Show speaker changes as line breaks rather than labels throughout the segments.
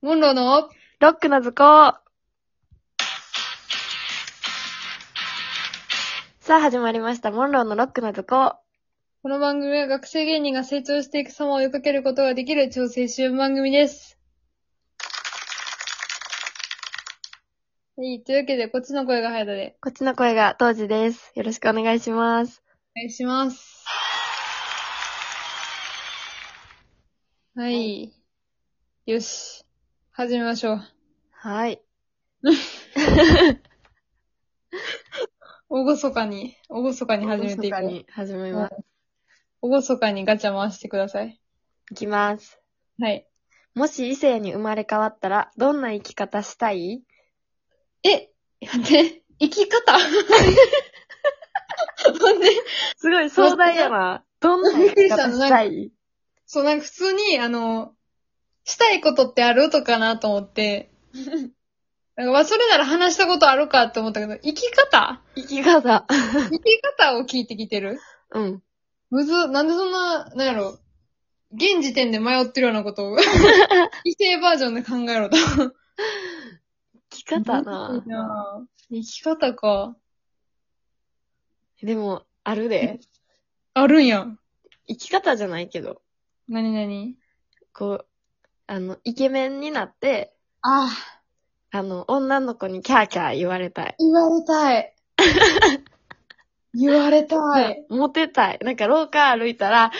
モンローの
ロックの図工。さあ、始まりました。モンローのロックの図工。
この番組は学生芸人が成長していく様を追いかけることができる調整支援番組です。はい、というわけで、こっちの声が早田で、
こっちの声が当時です。よろしくお願いします。
お願いします。はい。よし。始めましょう。
はい。
おごそかに、おごそかに始めていこ
大晦
う。
日に始めます。
おごそかにガチャ回してください。
いきます。
はい。
もし異性に生まれ変わったら、どんな生き方したい
え待って、生き 方なんです
ごい壮大やな。どんな生き方したい
そう、なんか普通に、あの、したいことってあるとかなと思 って。なんかまあ、それなら話したことあるかって思ったけど、生き 方
生き方。
生き方を聞いてきてる
うん。
むず、なんでそんな、なんやろ。現時点で迷ってるようなことを、 異性バージョンで考えろと。
生き方な。
生き方か。
でも、あるで。
あるんやん。
生き方じゃないけど、
なになに
こう、あの、イケメンになって、
ああ、
あの、女の子にキャーキャー言われたい。
言われた い。言われたい。
モテたい。なんか廊下歩いたら、あ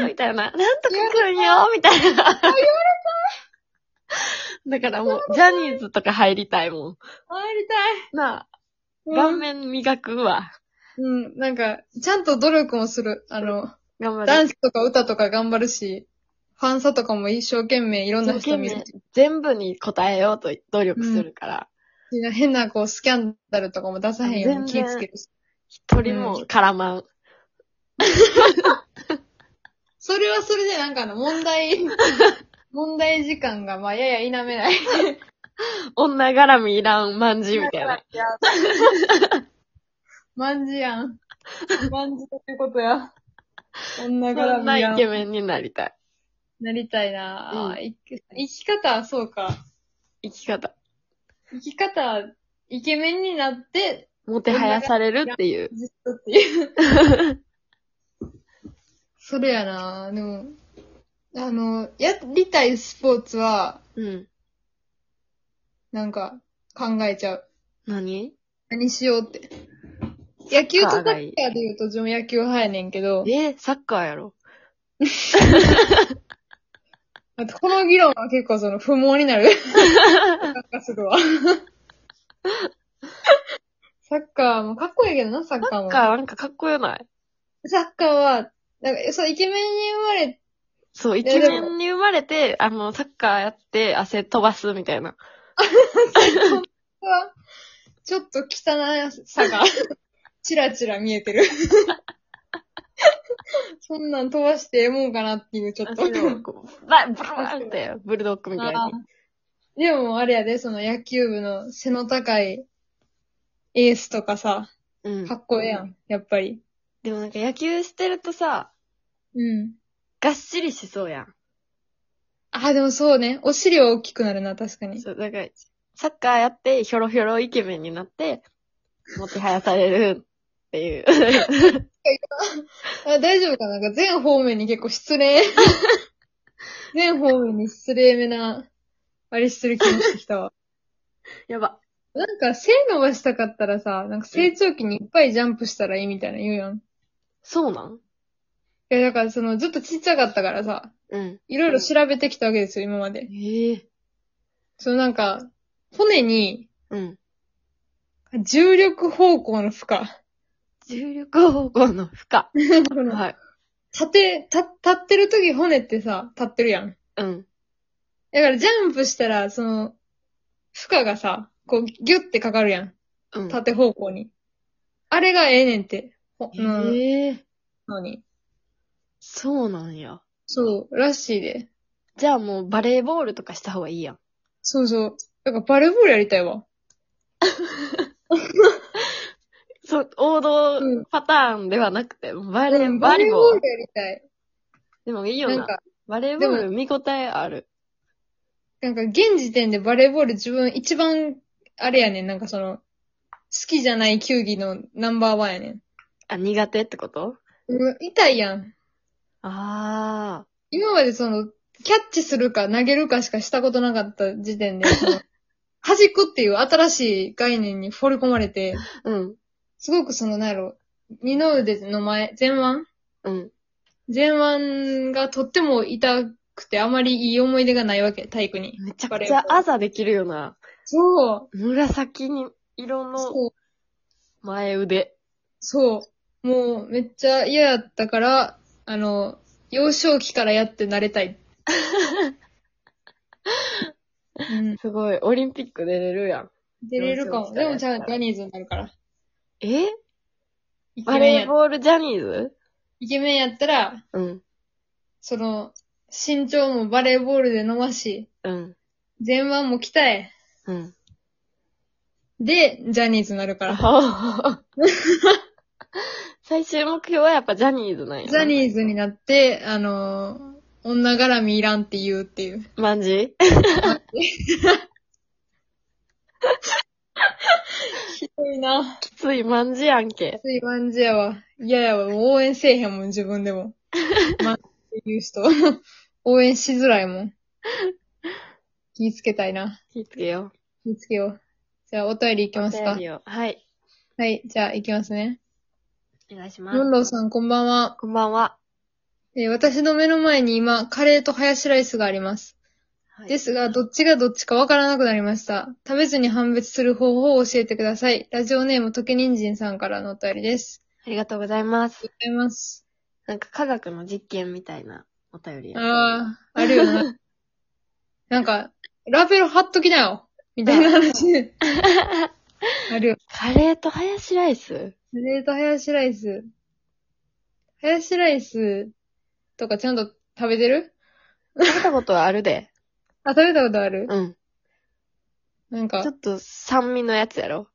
ーみたいな、なんとか来るんよみたいな。だからもう、ジャニーズとか入りたいも
入りたい。
ん。なあ、
うん
顔面磨くわ。
うん、なんか、ちゃんと努力もする。あの、
頑張
ダ
る。
ンスとか歌とか頑張るし、ファンサとかも一生懸命いろんな
一生懸
人見る
命。、全部に応えようと努力するから、
変なこうスキャンダルとかも出さへんように気
全
ぃ
然
つけるし。
一、人も絡まん。
それはそれでなんかあの問題、問題時間がまあやや否めない。
女絡みいらんまんじみたいな。
まんじやん。まんじってことや。女
そ
絡
ん
み
な
や
イ
ん
ケメンになりたい。
なりたいな、
うん
あーい生き方、そうか。
生き方。
生き方、イケメンになって、
もてはやされるっていう。
ずっとっていう。 それやなでも、あの、やりたいスポーツは、
うん。
なんか、考えちゃう。
何
何しようって。野球とサ
サ
ッ
ッ
カ
カ
ー
ーがいい
で言うと自分野球派やねんけど、
え、サッカーやろ。
あとこの議論は結構その不毛になる。なんかするわ。サッカーもかっこいいけどな、サッカー
サ
も。
ッ
サッ
カーなんかかっこよない
カーは、なんか、そう、イケメンに生まれ
そう、イ
や
ケ
でも
メンに生まれて、あの、サッカーやって、汗飛ばすみたい
は、
な。
ちょっと汚さが、チラチラ見えてる。 そんなん飛ばしてええもんかなっていう、ちょっと。
汗をこう、バン、ブルーンって、ブルドッグみたい
あ
に。
ー でも、あれやで、その野球部の背の高いエースとかさ、
うん
か。っこええやん、やっぱり。
でもなんか野球してるとさ、
うん。
がっしりしそうや
ああ、でもそうね。お尻は大きくなるな、確か
ん。
に。
そう、だから、サッカーやって、ひょろひょろイケメンになって、もてはやされるっていう。
あ大丈夫かななんか全方面に結構失礼。全方面に失礼めな、あれしてる気もしてきたわ。
やば。
なんか背伸ばしたかったらさ、なんか成長期にいっぱいジャンプしたらいいみたいな言うやん。い
そうなん
や、だからそのずっとちっちゃかったからさ、
うん。
いろいろ調べてきたわけですよ、今まで。
ええ。
そのなんか、骨に
うん。
重力方向の負 荷。
重力方向の負荷。
この
はい。
立て、立立ってる時骨ってさ、立ってるやん。
うん。
だからジャンプしたら、その、負荷がさ、こうギュッてかかるやん。
うん。
縦方向に。あれがええねんって。ほうん。
ええ
のに。
そうなんや。
そう、らしいで。
じゃあもうバレーボールとかした方がいいやん。
そうそう。だからバレーボールやりたいわ。
そう、王道
うん
パターンではなくて、バレ
う
ー、
ん
バ
バ
レ
レ
ー
ー
ボ
ボ
ー
ー
ル
ル。やりたい。
でもいいよ
なん
な。
か、
バレーボー
で
ル見応えある。
なんか現時点でバレーボール自分一番、あれやねん、なんかその、好きじゃない球技のナンバーワンやねん。
あ、苦手ってこと
うん痛いやん。
あ
今までその、キャッチするか投げるかしかしたことなかった時点で、 その端っこっていう新しい概念に放り込まれて、
あ。うん。
すごくその、なんやろ、二の腕の前、前腕
うん。
前腕がとっても痛くてあまりいい思い出がないわけ、体育に。
めちゃくちゃあざできるよな。
そう。
紫に色の
そう。
前腕。
そう。もう、めっちゃ嫌やったから、あの、幼少期からやって慣れ たい。うん。
すごい。オリンピック出れるやん。
出れるかも。でも、じゃあ、ジャニーズになるから。
え
イケ
バ
メン
レ
や
ー、ボールジャニーズ
イケメンやったら、
うん。
その、身長もバレーボールで伸ばし、
うん。
前腕も鍛え、
うん。
で、ジャニーズになる から。
最終目標はやっぱジャニーズなんやな。
ジャニーズになって、あの、女絡みいらんって言うっていう。
マジ
ひどいな。
きついマンジやんけ。
つい感じやわ。嫌やわ。もう応援せえへんもん、自分で も。まあ、っていう人。 応援しづらいもん。気ぃつけたいな。
気ぃつけよ
気ぃつけよう。じゃあ、お便りいき
う。
ますか
お便。りをはい。
はい、じゃあ、いきますね。
お願いします。
ロンロンさん、こんばんは。
こんばんは。
えー私の目の前に今、カレーとハヤシライスがあります。
はい
ですが、どっちがどっちかわからなくなりました。食べずに判別する方法を教えてください。ラジオネーム、とけにんじんさんからのお便りです。
ありがとうございます。
ありがとうございます。
なんか科学の実験みたいなお便りや
ああ、あるよ な。なんか、ラベル貼っときなよ。みたいな 話。あるよ。
カレーとハヤシライス
カレーとハヤシライス。ハヤシライスとかちゃんと食べてる
食べたことはあるで。
あ、食べたことある
うん。
なん
ちょ
か
っ、と酸味のやつやろ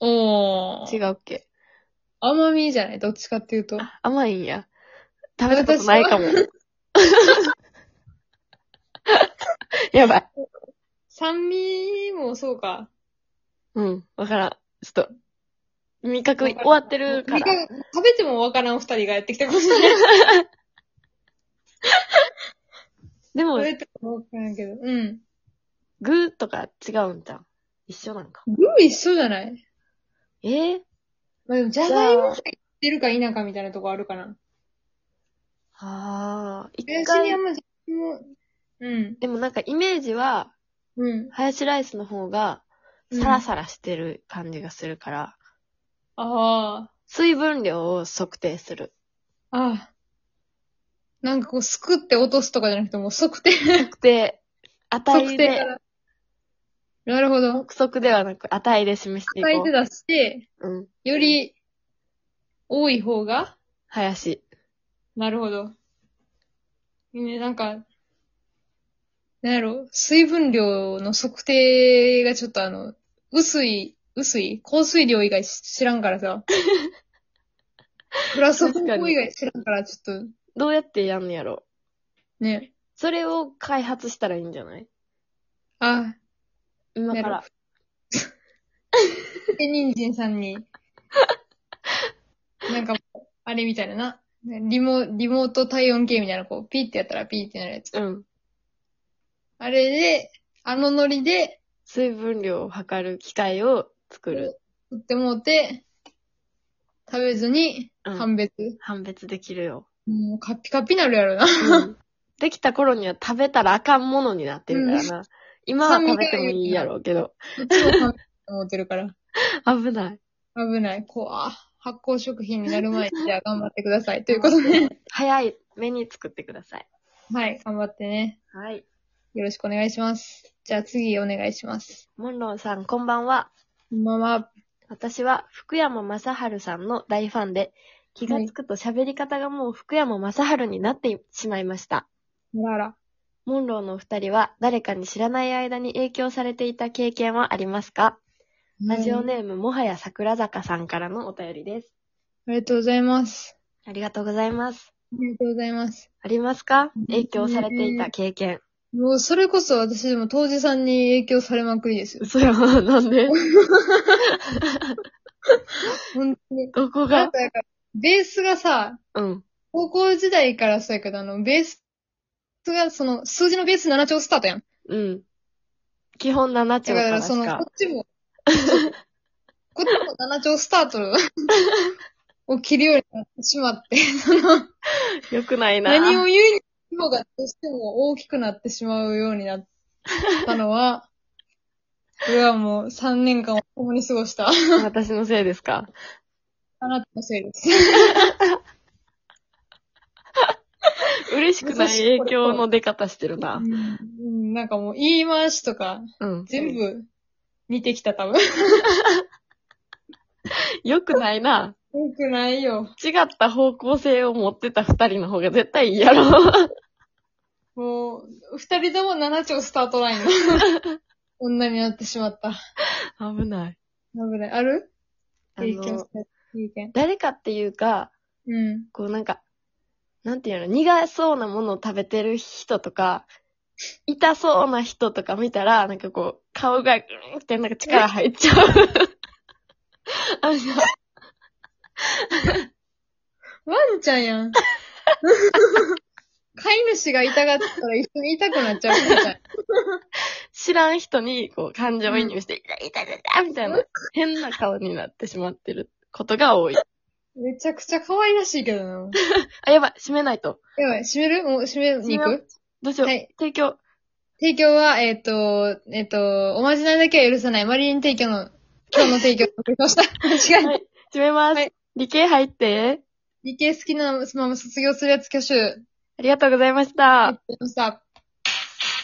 お
違
ー。
うっけ
甘みじゃないどっちかっていうと。
あ甘いんや。食べたことないかも。 やばい。
酸味もそうか。
うん。わからん。ちょっと、味覚終わってるか
味
ら。
覚食べてもわからん二人がやってきたかもしれない。
でも
食、べてもわからんけど。うん。
具とか違うんじゃん。一緒なんか。
具一緒じゃない
えー、
まあでも、じゃがいも入ってるか否かみたいなとこあるかな。
ああ、一
林にあ
回
ん、ま自分も、うん。
でもなんかイメージは、
うん。
ハヤシライスの方が、
うん
サラサラしてる感じがするから、
ああ、
水分量を測定する。
ああ。なんかこう、すくって落とすとかじゃなくて、もう測 定、
測定、値
測定か
で、
ら。なるほど。
憶測ではなく、値で示してい
書い
こ
て出して、
う。うん。
より、多い方が
ハヤシ。
なるほど。ね、なんか、なんやろ、水分量の測定がちょっとあの、薄い、薄い降水量以外し知らんからさ。プラス方
確か
向
に
以外知らんから、ちょっと、
どうやってやんのやろ
ね。
それを開発したらいいんじゃない
あ、
今か
なる
ら
ほ。で、人参さんに、なんか、あれみたいなな。リモ、リモート体温計みたいな、こう、ピーってやったらピーってなるやつ。
うん。
あれで、あのノリで、
水分量を測る機械を作る。
取ってもうて、食べずに
うん
判別。
判別できるよ。
もうカピカピなるやろな。
うんできた頃には食べたらあかんものになってるからな。今は食べてもいいやろうけど。
いつも判別思ってるから。
危ない。
危ない。怖発酵食品になる前に、じゃあ頑張ってください。ということで、
早い目に作ってください。
はい、頑張ってね。
はい。
よろしくお願いします。じゃあ次お願いします。
モンロンさん、こんばんは。
こんばんは。
私は福山雅治さんの大ファンで、気がつくと喋り方がもう福山雅治になってしまいました。
あらあら。
モンローのお二人は誰かに知らない間に影響されていた経験はありますか、ラジオネームもはや桜坂さんからのお便りです。
うん。ありがとうございます。
ありがとうございます。
ありがとうございます。
ありますか
うん
影響されていた経験。
もうそれこそ私でも当時さんに影響されまくりですよ。
嘘やな、な んで
本当に。
どこ
なん
が
かやっぱベースがさ、
うん。
高校時代からそうやけど、あの、ベースが、その、数字のベース7兆スタートやん。
うん。基本7
だ
兆
か
から
ら、
し
その、こ
か。
っちも、こっちも7兆スタート を切るようになってしまって、その、
よくないな。
何を言うにもがどうしても大きくなってしまうようになったのは、俺はもう3年間を共に過ごした、
私のせいですか
あなたのせいです。
嬉しくない影響の出方してるな
う。んなんかもう言い回しとか、
うん。
全部見てきた多分。
よくないな。
よくないよ。
違った方向性を持ってた二人の方が絶対いいやろ。
もう、二人とも7丁スタートラ インの女になってしまった。
危ない。
危ない。ある
あ
経験し
の、
た経験。
誰かっていうか、
うん。
こうなんか、なんていうの、苦そうなものを食べてる人とか、痛そうな人とか見たら、なんかこう、顔が、うんってなんか力入っ ちゃう。あの、
ワンちゃん やん。飼い主が痛がったら一緒に痛くなっちゃうワンちゃん。
知らん人に、こう、感情移入して、痛い痛い痛い痛いみたいな、変な顔になってしまってることが多い。
めちゃくちゃ可愛らしいけどな。
あ、やばい、閉めないと。
やばい、閉めるもう閉める
閉めよう
肉
どうしよう。
はい
提供。
提供は、えっ、と、えっ、と、おまじないだけは許さない。マリリン提供の、今日の提供をお送りしま した。間違いない。
はい、閉めます。
はい
理系入って。
理系好きなまま卒業するやつ挙手。
ありがとうございました。
ありがとうございました。